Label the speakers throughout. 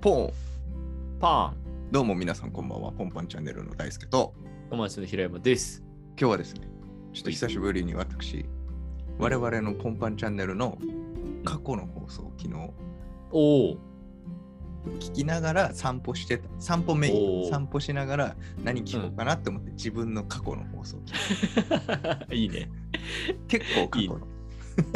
Speaker 1: ポン
Speaker 2: パン、
Speaker 1: どうも皆さんこんばんはポンパンチャンネルの大輔と
Speaker 2: 友達の平山です。
Speaker 1: 今日はですねちょっと久しぶりに私我々のポンパンチャンネルの過去の放送を昨日
Speaker 2: おお、
Speaker 1: 聞きながら散歩してた散歩メイン
Speaker 2: おー
Speaker 1: 散歩しながら何聞こうかなって思って自分の過去の放送を聞い
Speaker 2: いいね。
Speaker 1: た結構過去
Speaker 2: いい
Speaker 1: の
Speaker 2: ね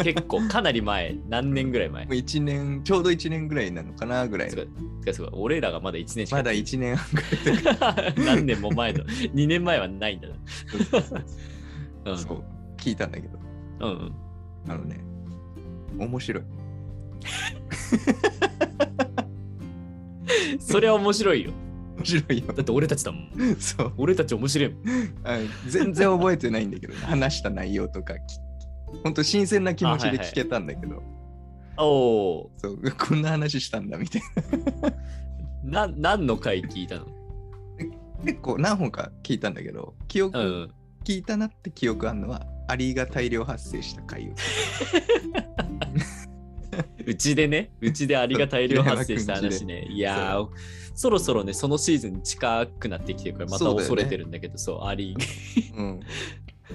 Speaker 2: 結構かなり前、何年ぐらい前
Speaker 1: も。う一年ちょうど1年ぐらいなのかなぐらい
Speaker 2: す
Speaker 1: の
Speaker 2: ごい、すごいすごい。俺らがまだ1年しか。
Speaker 1: まだ1年半ぐらいだから
Speaker 2: 何年も前の、2年前はないんだな。うん、
Speaker 1: そう聞いたんだけど
Speaker 2: うんうん。
Speaker 1: あのね面白い
Speaker 2: それは面白いよ。
Speaker 1: 面白いよ
Speaker 2: だって俺たちだもん。
Speaker 1: そう
Speaker 2: 俺たち面白いもん。
Speaker 1: あ全然覚えてないんだけど 話した内容とか本当新鮮な気持ちで聞けたんだけど、
Speaker 2: おお、
Speaker 1: そうこんな話したんだみたい
Speaker 2: な何の回聞いたの
Speaker 1: な結構何本か聞いたんだけど記憶、
Speaker 2: うん。
Speaker 1: 聞いたなって記憶あるのはアリが大量発生した回を
Speaker 2: うちでね、うちでありが大量発生した話ね。いやー、そろそろね、そのシーズン近くなってきてるから、また
Speaker 1: そうだよね
Speaker 2: 恐れてるんだけど、そう、あり、
Speaker 1: うん、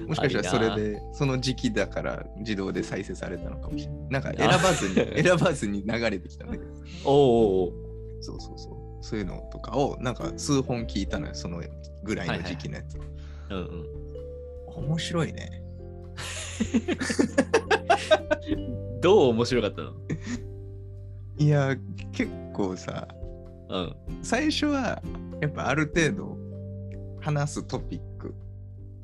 Speaker 1: もしかしたらそれでその時期だから自動で再生されたのかもしれないなんか選ばずに選ばずに流れてきたんだけど
Speaker 2: おうおう
Speaker 1: そうそうそうそういうのとかをなんか数本聞いたのよそのぐらいの時期のやつ、
Speaker 2: おう、うん
Speaker 1: 面白いね
Speaker 2: うん。どう面白かったの
Speaker 1: いや結構さ
Speaker 2: うん。
Speaker 1: 最初はやっぱある程度話すトピック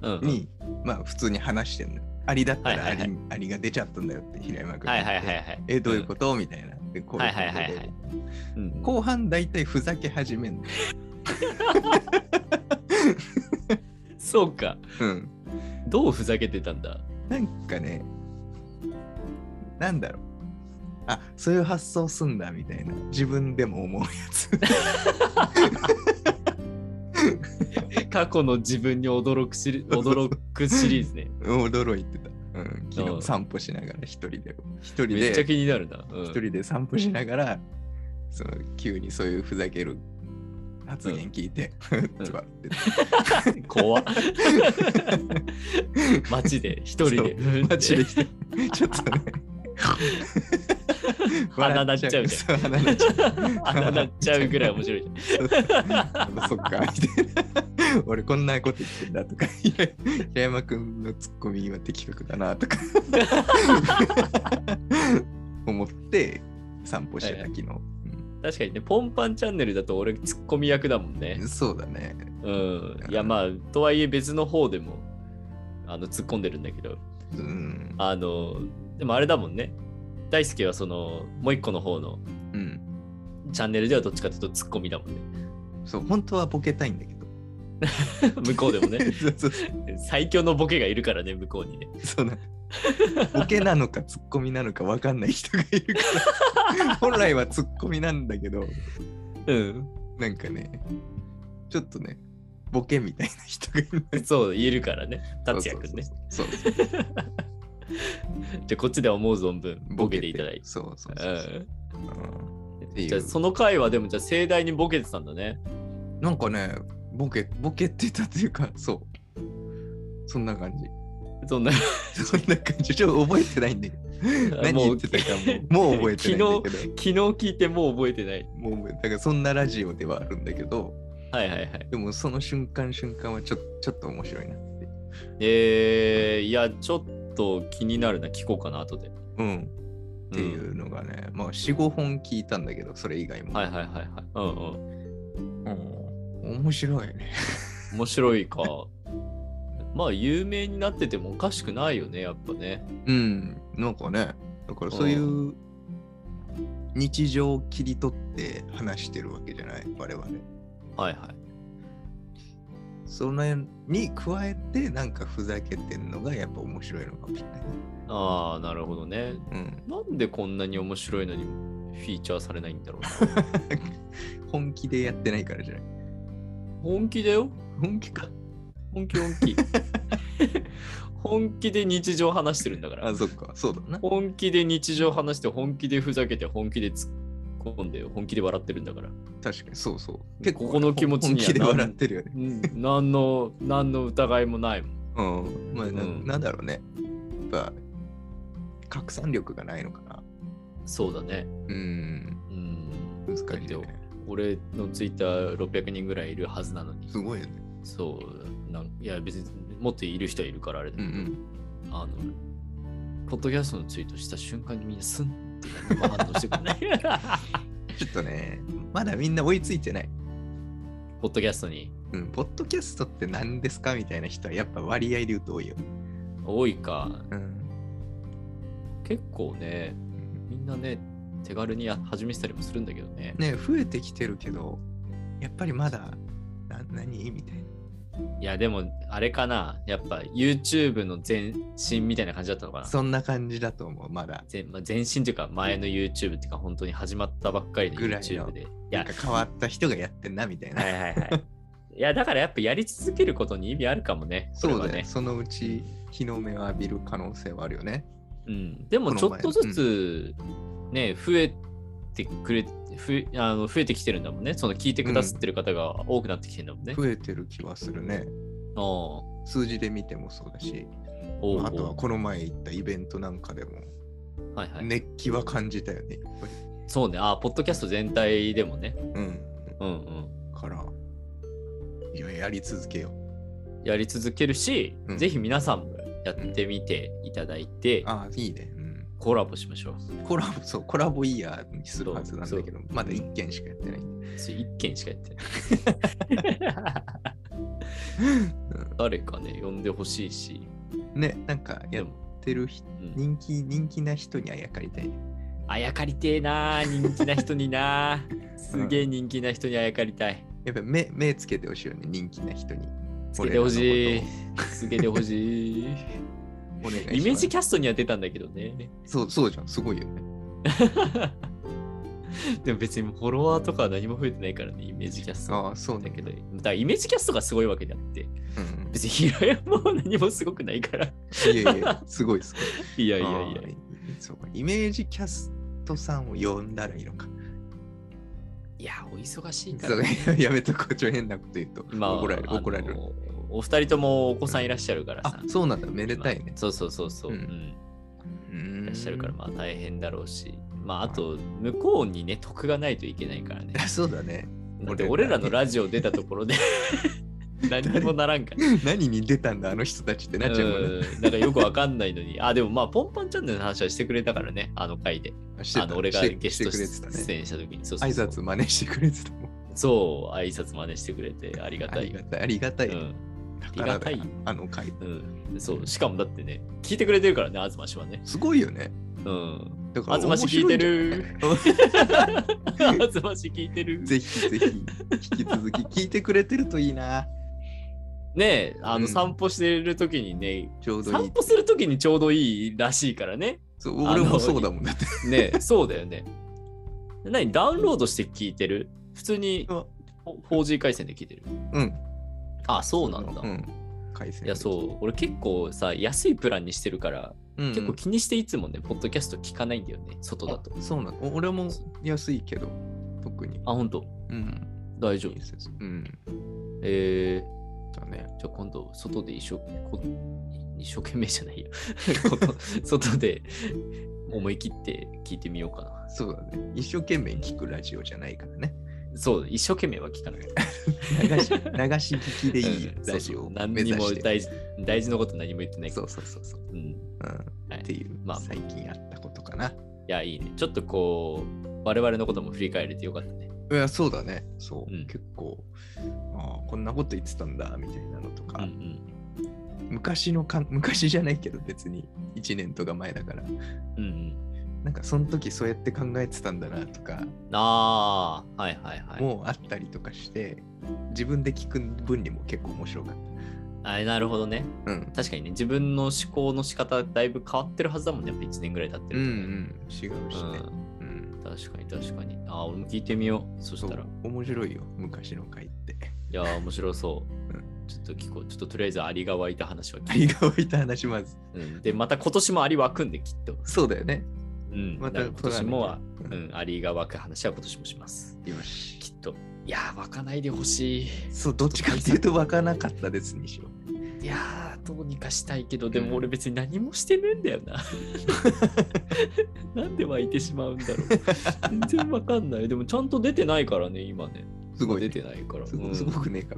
Speaker 2: うん、うん。
Speaker 1: に、まあ普通に話してんのよありだったら
Speaker 2: は
Speaker 1: あ
Speaker 2: い
Speaker 1: り,、
Speaker 2: はい
Speaker 1: ありが出ちゃったんだよって平山君が
Speaker 2: はい
Speaker 1: 言って
Speaker 2: はいはいはい。
Speaker 1: えどういうこと、みたいなでこう
Speaker 2: は
Speaker 1: いう
Speaker 2: い
Speaker 1: こと
Speaker 2: はい
Speaker 1: で
Speaker 2: はいはい。うん、
Speaker 1: 後半大体ふざけ始めんの、
Speaker 2: そうか。
Speaker 1: うん、
Speaker 2: どうふざけてたんだ
Speaker 1: なんかねなんだろうあそういう発想すんだみたいな自分でも思うや つ
Speaker 2: 過去の自分に驚く シリ驚くシリーズね。
Speaker 1: 驚いてた、うん、昨
Speaker 2: うん
Speaker 1: 日散歩しながら一人で一人で
Speaker 2: めっちゃ気になるな。うん
Speaker 1: 一人で散歩しながら、その急にそういうふざける発言聞いて、ふん、とか って
Speaker 2: 怖っ街で一人で
Speaker 1: 街で 来て、ちょっとね、
Speaker 2: 鼻なっちゃうじ
Speaker 1: ゃん。そう鼻鳴っちゃう
Speaker 2: ゃん鼻鳴っちゃうぐらい面白いじゃん
Speaker 1: そうそっか、みたいな。俺こんなこと言ってんだとか、いや平山くんのツッコミは的確だなと か思って散歩してた
Speaker 2: はいは
Speaker 1: 昨日。
Speaker 2: 確かにねポンパンチャンネルだと俺ツッコミ役だもんね
Speaker 1: うんそうだね。
Speaker 2: うんいやまあとはいえ別の方でもあの突っ込んでるんだけど
Speaker 1: うん。
Speaker 2: あのでもあれだもんね大輔はそのもう一個の方の
Speaker 1: うん
Speaker 2: チャンネルではどっちかというとツッコミだもんね
Speaker 1: そう、本当はボケたいんだけど。
Speaker 2: 向こうでもね
Speaker 1: そうそうそう
Speaker 2: 最強のボケがいるからね向こうにね
Speaker 1: そうなのボケなのかツッコミなのか分かんない人がいる から。本来はツッコミなんだけど、
Speaker 2: うん
Speaker 1: なんかね、ちょっとね、ボケみたいな人がいる。
Speaker 2: そう言えるからね達也くんね
Speaker 1: そうそうそう。そうそう
Speaker 2: じゃあこっちでは思う存分ボケていただいて。
Speaker 1: そうそう
Speaker 2: う
Speaker 1: そう。
Speaker 2: ん
Speaker 1: うんっていう
Speaker 2: じゃあその回はでもじゃあ盛大にボケてたんだね。
Speaker 1: なんかね、ボケ、ボケてたというか、そう。そんな感じ。
Speaker 2: そんな
Speaker 1: そんな感じ。ちょっと覚えてないんだけど。何言ってたかもう、もう覚えてないんだけど。
Speaker 2: 昨日聞いてもう覚えてない。
Speaker 1: もう、だからそんなラジオではあるんだけど、
Speaker 2: はいはいはい。
Speaker 1: でもその瞬間瞬間はちょちょっと面白いなって。
Speaker 2: えー、いやちょっと気になるな聞こうかな後で。
Speaker 1: うん。ってい
Speaker 2: ん。
Speaker 1: うのがね、まあ4、5本聞いたんだけど、それ以外も。
Speaker 2: はいはいはいはい。うん
Speaker 1: うん、面白いね。
Speaker 2: うん。面白いか。まあ有名になっててもおかしくないよねやっぱね。
Speaker 1: うん。なんかね、だからそういう日常を切り取って話してるわけじゃない、我々。
Speaker 2: はいはい。
Speaker 1: その辺に加えて、なんかふざけてんのがやっぱ面白いのかもしれないね。
Speaker 2: ああなるほどね。
Speaker 1: うん。
Speaker 2: なんでこんなに面白いのにフィーチャーされないんだろう な。
Speaker 1: 本気でやってないからじゃない。
Speaker 2: 本気だよ。
Speaker 1: 本気か。
Speaker 2: 本気本気 本気で日常話してるんだから
Speaker 1: あ、そっか。そうだな。
Speaker 2: 本気で日常話して本気でふざけて本気で突っ込んで本気で笑ってるんだから。
Speaker 1: 確かに、そうそう。
Speaker 2: ここの気持ちには
Speaker 1: 本気で笑ってるよね。
Speaker 2: うん、何の、何の疑いもないもん。
Speaker 1: うん。まあ、な
Speaker 2: うん
Speaker 1: なんだろうね。やっぱ、拡散力がないのかな。
Speaker 2: そうだね。
Speaker 1: うん。
Speaker 2: うん。
Speaker 1: 難しい
Speaker 2: だ
Speaker 1: よ
Speaker 2: って
Speaker 1: ね。
Speaker 2: 俺のツイッター600人ぐらいいるはずなのに。
Speaker 1: すごいよね。
Speaker 2: そう。なんいや、別にもっといる人はいるからあれだ
Speaker 1: う
Speaker 2: け
Speaker 1: ん
Speaker 2: ど、
Speaker 1: うん。
Speaker 2: あの、ポッドキャストのツイートした瞬間にみんなスンって何も反応してく れない。
Speaker 1: ちょっとね、まだみんな追いついてない。
Speaker 2: ポッドキャストに
Speaker 1: うん。ポッドキャストって何ですかみたいな人はやっぱ割合で言うと多いよ。
Speaker 2: 多いか。
Speaker 1: うん。
Speaker 2: 結構ね、みんなね、手軽にや始めてたりもするんだけどね。
Speaker 1: ね、増えてきてるけど、やっぱりまだ、な何みたいな。
Speaker 2: いや、でも、あれかな。やっぱ YouTube の前身みたいな感じだったのかな。
Speaker 1: そんな感じだと思う、まだ。
Speaker 2: 前まあ、前身というか、前の YouTube っていうか、本当に始まったばっかりの
Speaker 1: ぐらいの
Speaker 2: YouTube で。い
Speaker 1: な
Speaker 2: や
Speaker 1: んか、変わった人がやってんな、みたいな。
Speaker 2: はいはいはい。いや、だからやっぱやり続けることに意味あるかもね。これ
Speaker 1: そう
Speaker 2: は
Speaker 1: だね。そのうち日の目を浴びる可能性はあるよね。
Speaker 2: うん、でもちょっとずつ、ね、増えてくれ、ふえあの増えてきてるんだもんね。その聞いてくださってる方が多くなってきてるんだもんね。
Speaker 1: 増えてる気はするね。
Speaker 2: ああお
Speaker 1: 数字で見てもそうだし、
Speaker 2: うおう
Speaker 1: あとはこの前行ったイベントなんかでも
Speaker 2: はいはい
Speaker 1: 熱気は感じたよね。やっぱり
Speaker 2: そうね、ああポッドキャスト全体でもね。
Speaker 1: うん。
Speaker 2: うんうん。
Speaker 1: から、いや、やり続けよう。
Speaker 2: やり続けるし、
Speaker 1: うん
Speaker 2: ぜひ皆さんもやってみていただいて、
Speaker 1: ああ、いいね。うん
Speaker 2: コラボしましょう。
Speaker 1: コラボ、 そう、コラボイヤーにするはずなんだけど、まだ1件しかやってない。
Speaker 2: それ1件しかやって ない。誰かね、呼んでほしいし。
Speaker 1: ね、なんか
Speaker 2: で
Speaker 1: やっ
Speaker 2: も、
Speaker 1: てる人、
Speaker 2: うん
Speaker 1: 人気、人気な人にあやかりたいね。
Speaker 2: あやかりてえなー人気な人にな ーすげえ人気な人にあやかりたい。
Speaker 1: やっぱ目、目つけてほしいよね、人気な人に。
Speaker 2: つけてほ
Speaker 1: 俺
Speaker 2: しい
Speaker 1: らのこ。
Speaker 2: つけてほ しい。
Speaker 1: お願いします
Speaker 2: イメージキャストには出たんだけどね。
Speaker 1: そう、そうじゃん、すごいよね。
Speaker 2: でも別にフォロワーとかは何も増えてないからね、イメージキャスト。
Speaker 1: ああ、そう
Speaker 2: だけど、
Speaker 1: う
Speaker 2: だからイメージキャストがすごいわけであって、
Speaker 1: ん
Speaker 2: 別に平山は何もすごくないから。
Speaker 1: いやいや、すごいすごい。
Speaker 2: いやい
Speaker 1: い
Speaker 2: やいや。
Speaker 1: そうかイメージキャストさんを呼んだらいいのか。
Speaker 2: いや、お忙しいか
Speaker 1: そ
Speaker 2: ら
Speaker 1: う。 やめとこう、ちょ、変なこと言うと。
Speaker 2: 今は
Speaker 1: 怒られる、
Speaker 2: あの
Speaker 1: 怒られる。
Speaker 2: お二人ともお子さんいらっしゃるからさ
Speaker 1: あ。、そうなんだ、めでたいね。
Speaker 2: そうそうそうそう。
Speaker 1: うん
Speaker 2: うんい
Speaker 1: い
Speaker 2: らっしゃるからまあ大変だろうし、まああと向こうにね得がないといけな いからね。
Speaker 1: あ。そうだね。
Speaker 2: だって俺らのラジオ出たところで 何にもならんから。
Speaker 1: 何に出たんだ、あの人たちって
Speaker 2: う
Speaker 1: なっちゃうもんね。
Speaker 2: んなんかよくわかんないのに。あ、でもまあ、ポンパンチャンネルの話はしてくれたからね、あの回で。
Speaker 1: して
Speaker 2: あ
Speaker 1: た
Speaker 2: の俺が
Speaker 1: して
Speaker 2: ゲスト
Speaker 1: してくれて
Speaker 2: 出
Speaker 1: たね。
Speaker 2: 演した時に。そうそう
Speaker 1: 挨
Speaker 2: そう
Speaker 1: 拶真似してくれてたもん。
Speaker 2: そう、挨拶真似してくれてありが
Speaker 1: あ
Speaker 2: た
Speaker 1: り
Speaker 2: い。
Speaker 1: がたい、ありがたい。
Speaker 2: うん
Speaker 1: 宝だよ
Speaker 2: ありがたい
Speaker 1: あの回。
Speaker 2: うん、そうしかもだってね、聞いてくれてるからね、東氏はね。
Speaker 1: すごいよね。
Speaker 2: うん。
Speaker 1: だから、
Speaker 2: 東氏聞いてる。
Speaker 1: 面白いんじゃない。
Speaker 2: 東氏聞いてる。
Speaker 1: ぜひぜひ、引き続き聞いてくれてるといいな。
Speaker 2: ねえ、あ
Speaker 1: う
Speaker 2: の
Speaker 1: ん
Speaker 2: 散歩してる時にね、
Speaker 1: ちょうどい
Speaker 2: 散
Speaker 1: い。
Speaker 2: 歩する時にちょうどいいらしいからね。
Speaker 1: そう俺
Speaker 2: あ
Speaker 1: も
Speaker 2: の
Speaker 1: そうだもんだって。
Speaker 2: ね え、そうだよね。何ダウンロードして聞いてる普通に
Speaker 1: あ
Speaker 2: 4G 回線で聞いてる。
Speaker 1: うん。
Speaker 2: あ、そうなんだ。
Speaker 1: うん。回線
Speaker 2: いや、そう。俺結構さ、安いプランにしてるから、
Speaker 1: うん。
Speaker 2: 結構気にしていつもね、ポッドキャスト聞かないんだよね、外だと。
Speaker 1: あそうなの。お俺も安いけど、特に。
Speaker 2: あ、ほんと。
Speaker 1: うん。
Speaker 2: 大丈夫
Speaker 1: いい。ですうん。
Speaker 2: えー、
Speaker 1: だね。
Speaker 2: じゃあ今度、外で一生こ一生懸命じ ゃないよ。この外で思い切って聞いてみようかな。
Speaker 1: そうだね。一生懸命聞くラジオじゃないから ね。
Speaker 2: そう、一生懸命は聞かない。
Speaker 1: 流し流し聞きでいい
Speaker 2: うん
Speaker 1: ラジオ
Speaker 2: そうそ
Speaker 1: を
Speaker 2: う
Speaker 1: 目
Speaker 2: 何に
Speaker 1: 指
Speaker 2: も
Speaker 1: して。
Speaker 2: 大事大事なこと何も言ってないか
Speaker 1: そ
Speaker 2: ら。
Speaker 1: うそうそうそう。
Speaker 2: う。ん、い
Speaker 1: うん
Speaker 2: は
Speaker 1: っ
Speaker 2: い
Speaker 1: ていう、
Speaker 2: まあ
Speaker 1: 最近あったことかな。
Speaker 2: や、いいね。ちょっとこう、我々のことも振り返れてよかったね。
Speaker 1: いや、そうだね。そう。
Speaker 2: うん
Speaker 1: 結構、ああ、こんなこと言ってたんだ、みたいなのと
Speaker 2: うん
Speaker 1: か、
Speaker 2: うん
Speaker 1: 昔のか、昔じゃないけど、別に1年とか前だから、
Speaker 2: うんうん。
Speaker 1: なんかその時そうやって考えてたんだなとか、
Speaker 2: ああ、はいはいはい。
Speaker 1: もうあったりとかして、自分で聞く分にも結構面白かっ
Speaker 2: あなるほどね。
Speaker 1: た。うん。
Speaker 2: 確かにね、自分の思考の仕方だいぶ変わってるはずだもんね。やっぱ1年ぐらい経って
Speaker 1: うんう
Speaker 2: るとね、
Speaker 1: ん、違うしね。うん。
Speaker 2: うん確かに確かに。ああ、俺も聞いてみよう。そし
Speaker 1: そ
Speaker 2: たら。
Speaker 1: う、面白いよ、昔の回って。
Speaker 2: いやー、面白そうう。ちょっと聞こう。ちょっととりあえずアリが湧いた話は
Speaker 1: あ
Speaker 2: 聞
Speaker 1: り
Speaker 2: いて。
Speaker 1: が湧いた話、まず。
Speaker 2: うん、で、また今年もアリ湧くんで、きっと。
Speaker 1: そうだよね。
Speaker 2: ううん、
Speaker 1: ま
Speaker 2: ま
Speaker 1: た
Speaker 2: た今年もは、
Speaker 1: 取らなき
Speaker 2: う
Speaker 1: ゃ
Speaker 2: ん、アリが湧く話は今年もします。
Speaker 1: よし。
Speaker 2: きっと。いやー、湧かないでほしい。
Speaker 1: そう、どっちかっていうと湧かなかったですにしよう。
Speaker 2: いやー、どうにかしたいけど、でも俺別に何もしてねえんだよ な。なんで湧いてしまうんだろう。全然わかんない。でもちゃんと出てないからね、今ね。
Speaker 1: すごい、
Speaker 2: 出てないから。
Speaker 1: すごすごくねえか、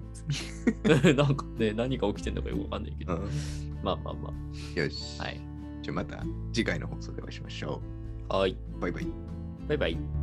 Speaker 1: 別に。
Speaker 2: うん なんかね、何が起きてんのかよくわかんないけど。まあまあま
Speaker 1: よし。
Speaker 2: あ。はい。
Speaker 1: じゃあまた次回の放送でお会いしましょ
Speaker 2: はい。
Speaker 1: う。バイバイ。
Speaker 2: バイバイ。